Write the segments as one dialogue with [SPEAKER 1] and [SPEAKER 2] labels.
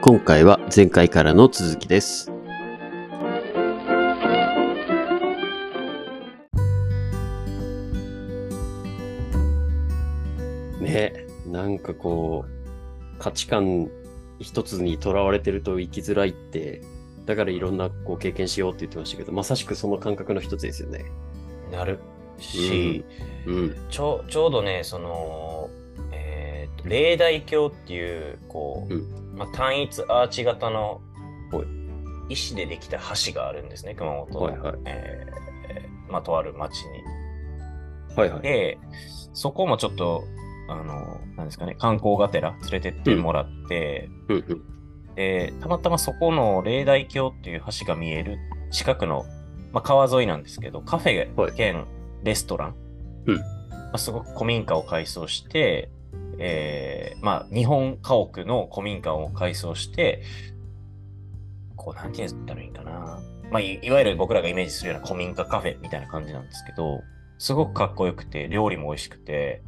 [SPEAKER 1] 今回は前回からの続きです。ねなんかこう、価値観一つにとらわれてると生きづらいって、だからいろんなこう経験しようって言ってましたけど、まさしくその感覚の一つですよね。
[SPEAKER 2] なるし、
[SPEAKER 1] うん。
[SPEAKER 2] ちょちょうどねその、えーと例題教っていうこう、
[SPEAKER 1] う
[SPEAKER 2] まあ、単一アーチ型の
[SPEAKER 1] はい
[SPEAKER 2] 石でできた橋があるんですね熊本の、
[SPEAKER 1] はいはい。
[SPEAKER 2] えーまあ、とある町に。
[SPEAKER 1] はいはい。
[SPEAKER 2] でそこもちょっとあのなんですかね観光がてら連れてってもらって、
[SPEAKER 1] うんうん
[SPEAKER 2] でたまたまそこの霊台橋っていう橋が見える近くの、まあ、川沿いなんですけどカフ
[SPEAKER 1] はい
[SPEAKER 2] ェ兼レストラン、
[SPEAKER 1] うん
[SPEAKER 2] まあ、すごく古民家を改装して、えーまあ、日本家屋の古民家を改装してこうなんて言ったらいいかな、まあ、いいわゆる僕らがイメージするような古民家カフェみたいな感じなんですけどすごくかっこよくて料理も美味しくて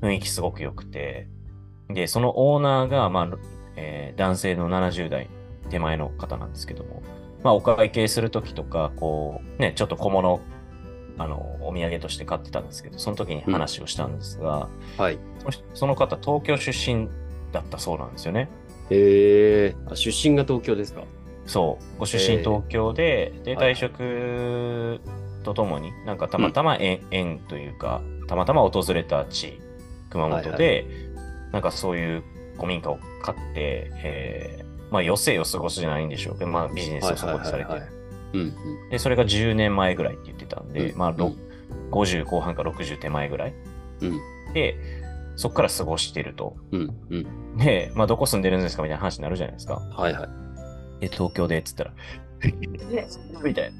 [SPEAKER 2] 雰囲気すごく良くてでそのオーナーが、まあえー男性の70代手前の方なんですけども、まあ、お会計するときとか、こう、ね、ちょっと小物、あの、お土産として買ってたんですけど、その時に話をしたんですが、
[SPEAKER 1] はい。
[SPEAKER 2] そその方、東京出身だったそうなんですよね。
[SPEAKER 1] えー、あ出身が東京ですか
[SPEAKER 2] そう、ご出
[SPEAKER 1] えー
[SPEAKER 2] 身東京で、で、
[SPEAKER 1] はい
[SPEAKER 2] 退職とともに、なんかたまたま縁、縁というか、たまたま訪れた地、熊本で、
[SPEAKER 1] はい
[SPEAKER 2] なんかそういう古民家を買って、えーまあ余生を過ごすじゃないんでしょうけど、まあビジネスを過ごされ
[SPEAKER 1] はいはいは
[SPEAKER 2] て
[SPEAKER 1] い、うんうん。
[SPEAKER 2] で、それが10年前ぐらいって言ってたんで、
[SPEAKER 1] うん
[SPEAKER 2] まあ、ろ
[SPEAKER 1] うん
[SPEAKER 2] 50後半か60手前ぐらい。
[SPEAKER 1] うん
[SPEAKER 2] で、そこから過ごしてると。
[SPEAKER 1] うんうん。
[SPEAKER 2] で、まあ、どこ住んでるんですかみたいな話になるじゃないですか。
[SPEAKER 1] はいはい。
[SPEAKER 2] え、東京でっつったら、みたいな。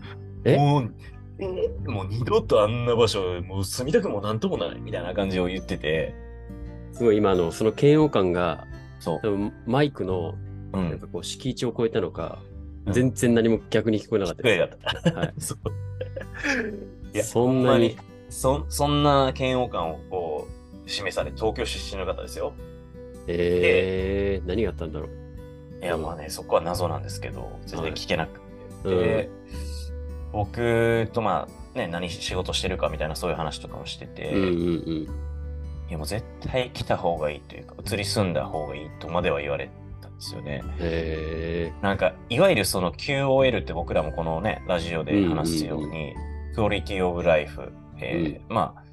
[SPEAKER 1] え
[SPEAKER 2] もうえもう二度とあんな場所、もう住みたくもなんともないみたいな感じを言ってて、
[SPEAKER 1] すごい今あのその嫌悪感が
[SPEAKER 2] そ
[SPEAKER 1] 多分マイクの
[SPEAKER 2] う。う
[SPEAKER 1] なん
[SPEAKER 2] ん。
[SPEAKER 1] かこう敷地を超えたのか、
[SPEAKER 2] うん
[SPEAKER 1] 全然何も逆に聞こえなかった
[SPEAKER 2] ぐらい
[SPEAKER 1] で
[SPEAKER 2] だった。
[SPEAKER 1] はい
[SPEAKER 2] そう
[SPEAKER 1] す。
[SPEAKER 2] い や
[SPEAKER 1] そんなに。
[SPEAKER 2] そそんな嫌悪感をこう示され、東京出身の方ですよ。
[SPEAKER 1] えー、何があったんだろう。
[SPEAKER 2] いや、まあね、そこは謎なんですけど、全然聞けなくて。
[SPEAKER 1] はい
[SPEAKER 2] で、僕とまあ、ね、何仕事してるかみたいなそういう話とかもしてて、
[SPEAKER 1] うん
[SPEAKER 2] い
[SPEAKER 1] うん
[SPEAKER 2] や、もう絶対来た方がいいというか、移り住んだ方がいいとまでは言われたんですよね。
[SPEAKER 1] うん。え
[SPEAKER 2] なんか、いわゆるその QOL って僕らもこのね、ラジオで話すよう
[SPEAKER 1] うん
[SPEAKER 2] に、クオリティオブライフ、えーまあ、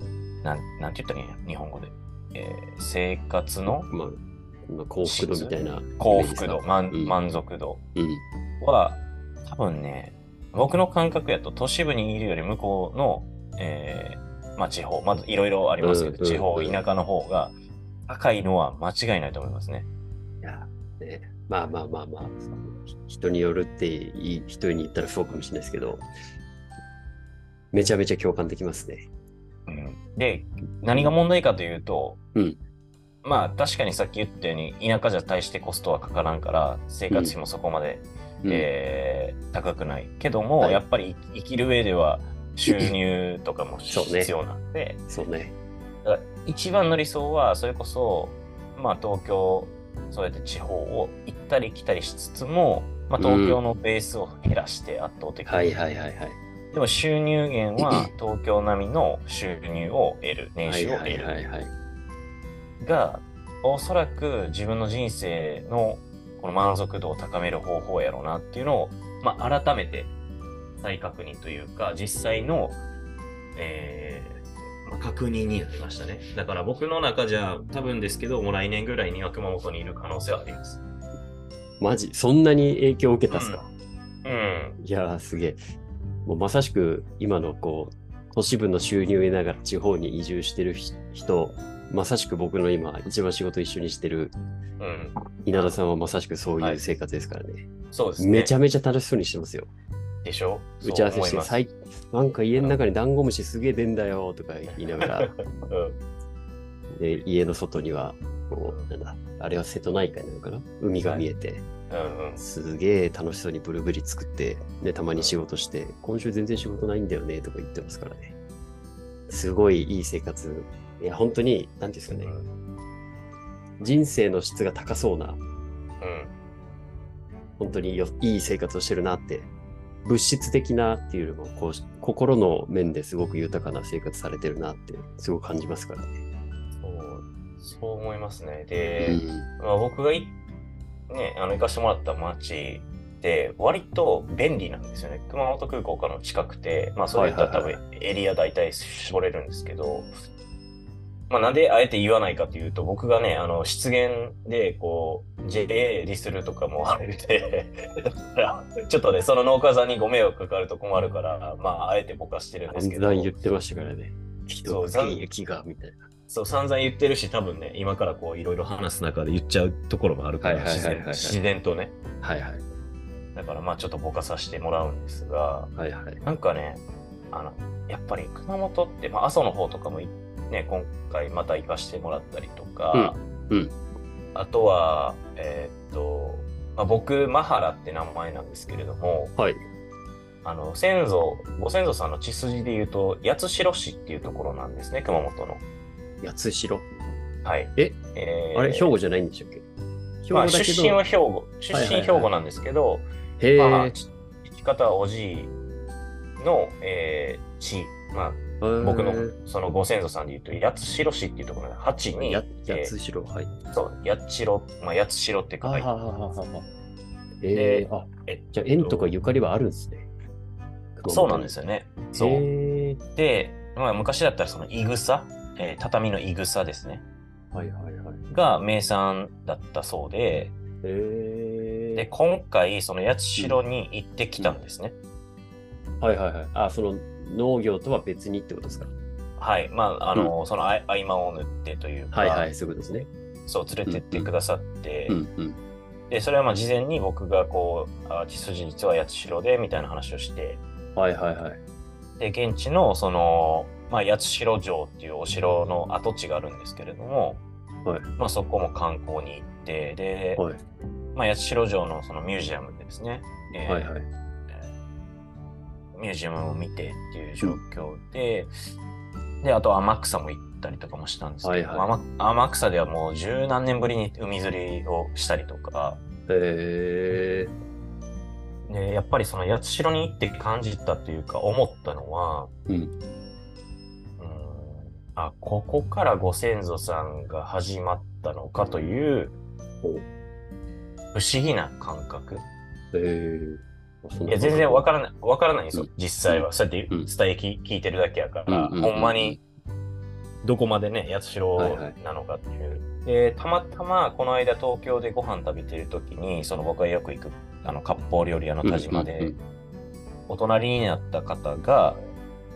[SPEAKER 2] なん、なんて言ったらいいんや、日本語で。えー生活の
[SPEAKER 1] ー、まあ、まあ、幸福度みたいな。
[SPEAKER 2] 幸福度、満
[SPEAKER 1] うん
[SPEAKER 2] 満足度、
[SPEAKER 1] うん。
[SPEAKER 2] は、多分ね、僕の感覚やと都市部にいるより向こうの、えーまあ地方、まずいろいろありますけど、
[SPEAKER 1] うんうん
[SPEAKER 2] 地方、
[SPEAKER 1] うん
[SPEAKER 2] 田舎の方が高いのは間違いないと思いますね。
[SPEAKER 1] いや、ね、まあまあまあまあ、ひ人によるっていい、人に言ったらそうかもしれないですけど、めちゃめちゃ共感できますね。
[SPEAKER 2] うん、で、何が問題かというと、
[SPEAKER 1] うん
[SPEAKER 2] まあ確かにさっき言ったように、田舎じゃ大してコストはかからんから、生活費もそこまで、
[SPEAKER 1] うん
[SPEAKER 2] えー高くない。けども、
[SPEAKER 1] はい
[SPEAKER 2] やっぱり生きる上では収入とかも
[SPEAKER 1] そうね
[SPEAKER 2] 必要なんで、
[SPEAKER 1] そうね。
[SPEAKER 2] だから一番の理想はそれこそ、まあ、東京そうやって地方を行ったり来たりしつつも、まあ、東京のベースを減らして圧倒的に、
[SPEAKER 1] はいはいはいはい。
[SPEAKER 2] でも収入 源は東京並みの収入を得る年収を得
[SPEAKER 1] はいはいは
[SPEAKER 2] る
[SPEAKER 1] いはい。
[SPEAKER 2] がおそらく自分の人生のこの満足度を高める方法やろうなっていうのを、まあ、改めて再確認というか実際の、えーまあ確認になりましたねだから僕の中じゃ多分ですけどもう来年ぐらいには熊本にいる可能性はあります
[SPEAKER 1] マジ、そんなに影響を受けたっすか、
[SPEAKER 2] うん
[SPEAKER 1] いやーすげえ。もうまさしく今のこう都市部の収入を得ながら地方に移住してるひ人、まさしく僕の今一番仕事一緒にしてる
[SPEAKER 2] うん
[SPEAKER 1] 稲田さんはまさしくそう
[SPEAKER 2] は
[SPEAKER 1] いう
[SPEAKER 2] い
[SPEAKER 1] 生活ですからね。
[SPEAKER 2] そうですね
[SPEAKER 1] めち
[SPEAKER 2] ゃ
[SPEAKER 1] ゃめちゃ楽しそうにしてますよ。
[SPEAKER 2] でしょ
[SPEAKER 1] 打ち合わせして、
[SPEAKER 2] そう思い
[SPEAKER 1] 最なんか家の中にダンゴムシすげえ出んだよとか言いなが ら、
[SPEAKER 2] ますうん
[SPEAKER 1] で家の外にはこう、なんだ、あれは瀬戸内海なのかな海が見えて、
[SPEAKER 2] うんうん
[SPEAKER 1] すげえ楽しそうにブルーベリー作って、で、たまに仕事して、今週全然仕事ないんだよね、とか言ってますからね。すごいいい生活。いや、本当に、なんていうんですかね、人生の質が高そうな
[SPEAKER 2] うん
[SPEAKER 1] 本当によいい生活をしてるなって、物質的なっていうよりも、こう、心の面ですごく豊かな生活されてるなって、すごく感じますからね。
[SPEAKER 2] そう、そう思いますね。で、
[SPEAKER 1] うん
[SPEAKER 2] まあ、僕がい、ね、あの行かせてもらった街って割と便利なんですよね。熊本空港からも近くて、まあそれだったら多
[SPEAKER 1] はい
[SPEAKER 2] 分エリア大体絞れるんですけど、まあなんであえて言わないかというと、僕がね、あの失言でこう JA ディスるとかもあるんで、 だからちょっとね、その農家さんにご迷惑かかると困るから、まああえて僕はしてるんです
[SPEAKER 1] 散
[SPEAKER 2] けど。
[SPEAKER 1] 々言ってましたからね。人
[SPEAKER 2] そう
[SPEAKER 1] が権益が、みたいな。
[SPEAKER 2] そう、散々言ってるし、多分ね、今からこう、いろいろ話す中で言っちゃうところもあるから、
[SPEAKER 1] はいはい
[SPEAKER 2] 自
[SPEAKER 1] はいはい
[SPEAKER 2] 然自然とね。
[SPEAKER 1] はいはい。
[SPEAKER 2] だから、まあ、ちょっとぼかさせてもらうんですが、
[SPEAKER 1] はいはい。
[SPEAKER 2] なんかね、あの、やっぱり熊本って、まあ、阿蘇の方とかもい、ね、今回また行かしてもらったりとか、
[SPEAKER 1] うんうん
[SPEAKER 2] あとは、えーっと、まあ、僕、マハラって名前なんですけれども、
[SPEAKER 1] はい。
[SPEAKER 2] あの、先祖、ご先祖さんの血筋で言うと、八代市っていうところなんですね、熊本の。
[SPEAKER 1] 八代。
[SPEAKER 2] はい。
[SPEAKER 1] え
[SPEAKER 2] えー
[SPEAKER 1] あれ、兵庫じゃないんでしたっけ兵
[SPEAKER 2] ま
[SPEAKER 1] 庫
[SPEAKER 2] あ、
[SPEAKER 1] だけ
[SPEAKER 2] 出身
[SPEAKER 1] ど
[SPEAKER 2] は、兵庫。出
[SPEAKER 1] はいはいは
[SPEAKER 2] 身
[SPEAKER 1] い
[SPEAKER 2] 兵庫なんですけど、
[SPEAKER 1] へ
[SPEAKER 2] まあ、
[SPEAKER 1] え。
[SPEAKER 2] ち生き方はおじいの、えー、地、まあ、僕のそのご先祖さんで言うと、八代市っていうところで、八に、
[SPEAKER 1] や
[SPEAKER 2] え
[SPEAKER 1] 八代、はい。
[SPEAKER 2] ーそう、八代、まあ、八代って
[SPEAKER 1] あ
[SPEAKER 2] 書いて、
[SPEAKER 1] はははは。え
[SPEAKER 2] で
[SPEAKER 1] ー、あ、
[SPEAKER 2] えっと
[SPEAKER 1] じゃあ縁とかゆかりはあるんですね。
[SPEAKER 2] そうなんです
[SPEAKER 1] よ。
[SPEAKER 2] よね。
[SPEAKER 1] そ。
[SPEAKER 2] そうう。
[SPEAKER 1] へー
[SPEAKER 2] で、まあ、昔だったらその、いぐさ、えー畳のいぐさですね、
[SPEAKER 1] はいはいはい。
[SPEAKER 2] が名産だったそうで、
[SPEAKER 1] へ
[SPEAKER 2] で、
[SPEAKER 1] え。
[SPEAKER 2] 今回、その八代に行ってきたんですね。
[SPEAKER 1] はいはいはい。あ、その農業とは別にってことですか。
[SPEAKER 2] はい。まあ、あの、その合合間を縫ってというか、
[SPEAKER 1] はいはい、そういうことですね。
[SPEAKER 2] そう連れてってくださって、
[SPEAKER 1] うんうん。
[SPEAKER 2] でそれはまあ事前に僕がこうあ血筋実は八代でみたいな話をして
[SPEAKER 1] はいはいはい。
[SPEAKER 2] で現地のその、まあ、八代城っていうお城の跡地があるんですけれども、
[SPEAKER 1] はい
[SPEAKER 2] まあ、そこも観光に行ってで、
[SPEAKER 1] はい
[SPEAKER 2] まあ、八代城のそのミュージアムでですね、えー
[SPEAKER 1] はいはい。
[SPEAKER 2] ミュージアムを見てっていう状況で、であと天草も行ったりとかもしたんですけど、
[SPEAKER 1] はいは
[SPEAKER 2] 天天草ではもう十何年ぶりに海釣りをしたりとか。
[SPEAKER 1] へえ。
[SPEAKER 2] でやっぱりその八代に行って感じたというか思ったのは、
[SPEAKER 1] うん
[SPEAKER 2] ーんあここからご先祖さんが始まったのかという
[SPEAKER 1] ほう
[SPEAKER 2] 不思議な感覚
[SPEAKER 1] へえ。あそん
[SPEAKER 2] い
[SPEAKER 1] な
[SPEAKER 2] や全然わ
[SPEAKER 1] こ
[SPEAKER 2] からないわからないんですよ、
[SPEAKER 1] うん
[SPEAKER 2] 実際はそうやって
[SPEAKER 1] う
[SPEAKER 2] 伝
[SPEAKER 1] ん
[SPEAKER 2] え聞聞いてるだけやから、
[SPEAKER 1] うんうんうんうん
[SPEAKER 2] ほんまにどこまでね八代なのかっていう、でたまたまこの間東京でご飯食べてる時にその僕がよく行くあの割烹料理屋の
[SPEAKER 1] と
[SPEAKER 2] 田島で、
[SPEAKER 1] うんうん
[SPEAKER 2] お隣になった方が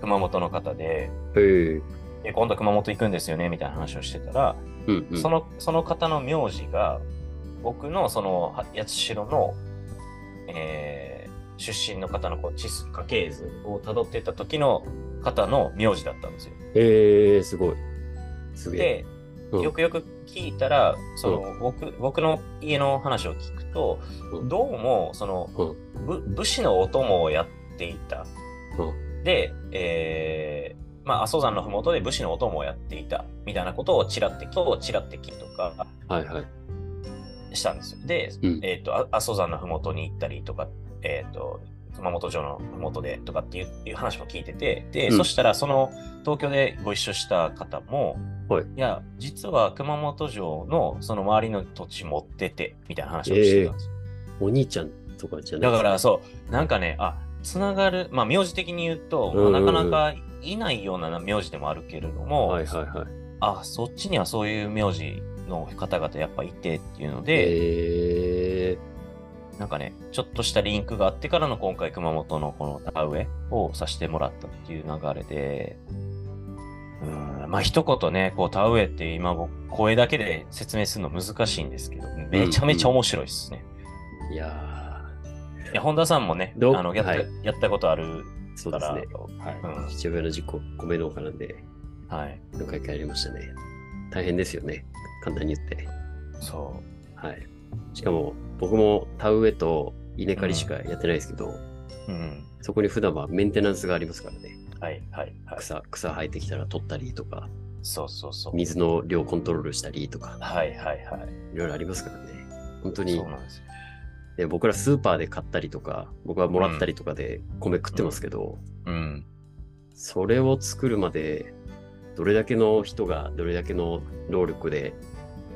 [SPEAKER 2] 熊本の方で、
[SPEAKER 1] うんへえ。
[SPEAKER 2] で今度熊本行くんですよねみたいな話をしてたら、
[SPEAKER 1] うんうん。
[SPEAKER 2] そのその方の名字が僕のそのは八代の、えー出身の方のこう地図家系図をたどってった時の方の名字だったんですよ。
[SPEAKER 1] へえ、すごい。すげえ。
[SPEAKER 2] で
[SPEAKER 1] うん
[SPEAKER 2] よくよく聞いたらその、僕僕の家の話を聞くと、
[SPEAKER 1] うん
[SPEAKER 2] どうもその、
[SPEAKER 1] う
[SPEAKER 2] ぶ武士のお供をやっていた。
[SPEAKER 1] う
[SPEAKER 2] で、えーまあ、阿蘇山のふもとで武士のお供をやっていたみたいなことをちらってとちらって聞くとか
[SPEAKER 1] はいはい。
[SPEAKER 2] したんですよ。で、
[SPEAKER 1] うん
[SPEAKER 2] えー、とあ阿蘇山のふもとに行ったりとか、えー、と熊本城のふもとでとかっていういう話も聞いててで、
[SPEAKER 1] うん
[SPEAKER 2] そしたらその東京でご一緒した方も、
[SPEAKER 1] はい
[SPEAKER 2] や実は熊本城のその周りの土地持っててみたいな話をしてたんですよ
[SPEAKER 1] お兄ちゃんとかじゃない
[SPEAKER 2] だからそう、なんかね、あ、つながる、まあ、名字的に言うと、
[SPEAKER 1] うんうん
[SPEAKER 2] ま
[SPEAKER 1] う
[SPEAKER 2] あ
[SPEAKER 1] ん
[SPEAKER 2] なかなかいないような名字でもあるけれども、
[SPEAKER 1] はいはいはい。
[SPEAKER 2] あ、そっちにはそういう名字の方々やっぱいてっていうので、
[SPEAKER 1] へえ。
[SPEAKER 2] なんかね、ちょっとしたリンクがあってからの今回熊本のこの田植えをさせてもらったっていう流れで、うん、まあ一言ね、こう田植えって今僕声だけで説明するの難しいんですけど、めちゃめちゃ面白いですね。
[SPEAKER 1] いや
[SPEAKER 2] いや、本田さんもね、
[SPEAKER 1] ど
[SPEAKER 2] あのやった、
[SPEAKER 1] はい
[SPEAKER 2] やったことあ
[SPEAKER 1] ー、
[SPEAKER 2] る
[SPEAKER 1] そう
[SPEAKER 2] か
[SPEAKER 1] です
[SPEAKER 2] ら、
[SPEAKER 1] ね。
[SPEAKER 2] う
[SPEAKER 1] は
[SPEAKER 2] ん
[SPEAKER 1] い。父親の事故、米農家なんで、
[SPEAKER 2] はい。
[SPEAKER 1] 何回かやりましたね。大変ですよね。簡単に言って。
[SPEAKER 2] そ
[SPEAKER 1] はい。しかも、僕も田植えと稲刈りしかやってないですけど、
[SPEAKER 2] う。うん。
[SPEAKER 1] そこに普段はメンテナンスがありますからね。
[SPEAKER 2] はいはいはい。
[SPEAKER 1] 草、草生えてきたら取ったりとか、
[SPEAKER 2] そうそうそう。
[SPEAKER 1] 水の量コントロールしたりとか、
[SPEAKER 2] はいはいはい
[SPEAKER 1] ろいろありますからね。本当
[SPEAKER 2] い。
[SPEAKER 1] に
[SPEAKER 2] そうなんですよ。
[SPEAKER 1] で僕らスーパーで買ったりとか、僕はもらったりとかで米食ってますけど、
[SPEAKER 2] うん。
[SPEAKER 1] それを作るまで、どれだけの人がどれだけの労力で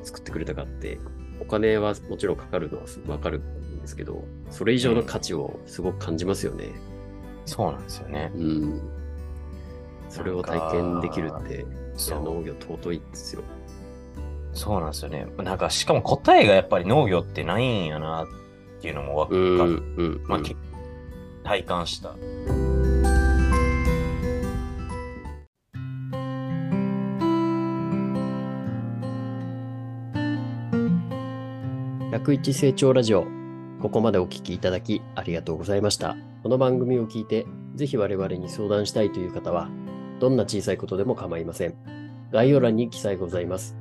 [SPEAKER 1] 作ってくれたかって、お金はもちろんかかるのはわかるんですけど、それ以上の価値をすごく感じますよね。
[SPEAKER 2] そうなんですよね。
[SPEAKER 1] うん。それを体験できるって、いや
[SPEAKER 2] そう
[SPEAKER 1] 農業尊いですよ。
[SPEAKER 2] そうなんですよね。なんか、しかも答えがやっぱり農業ってないんやなっていうのもわか
[SPEAKER 1] う
[SPEAKER 2] る。
[SPEAKER 1] ん、うん。
[SPEAKER 2] まあ、
[SPEAKER 1] うん
[SPEAKER 2] け体感した。
[SPEAKER 1] 101成長ラジオ。ここまでお聞きいただきありがとうございました。この番組を聞いて、ぜひ我々に相談したいという方は、どんな小さいことでも構いません。概要欄に記載ございます。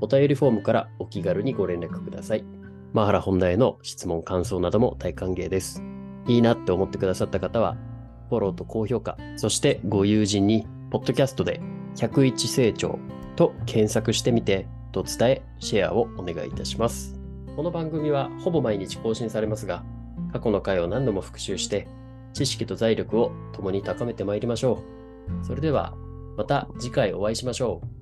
[SPEAKER 1] お便りフォームからお気軽にご連絡ください。マハラ本題への質問、感想なども大歓迎です。いいなって思ってくださった方は、フォローと高評価、そしてご友人に、ポッドキャストで101成長と検索してみて、と伝え、シェアをお願いいたします。この番組はほぼ毎日更新されますが、過去の回を何度も復習して、知識と財力を共に高めてまいりましょう。それでは、また次回お会いしましょう。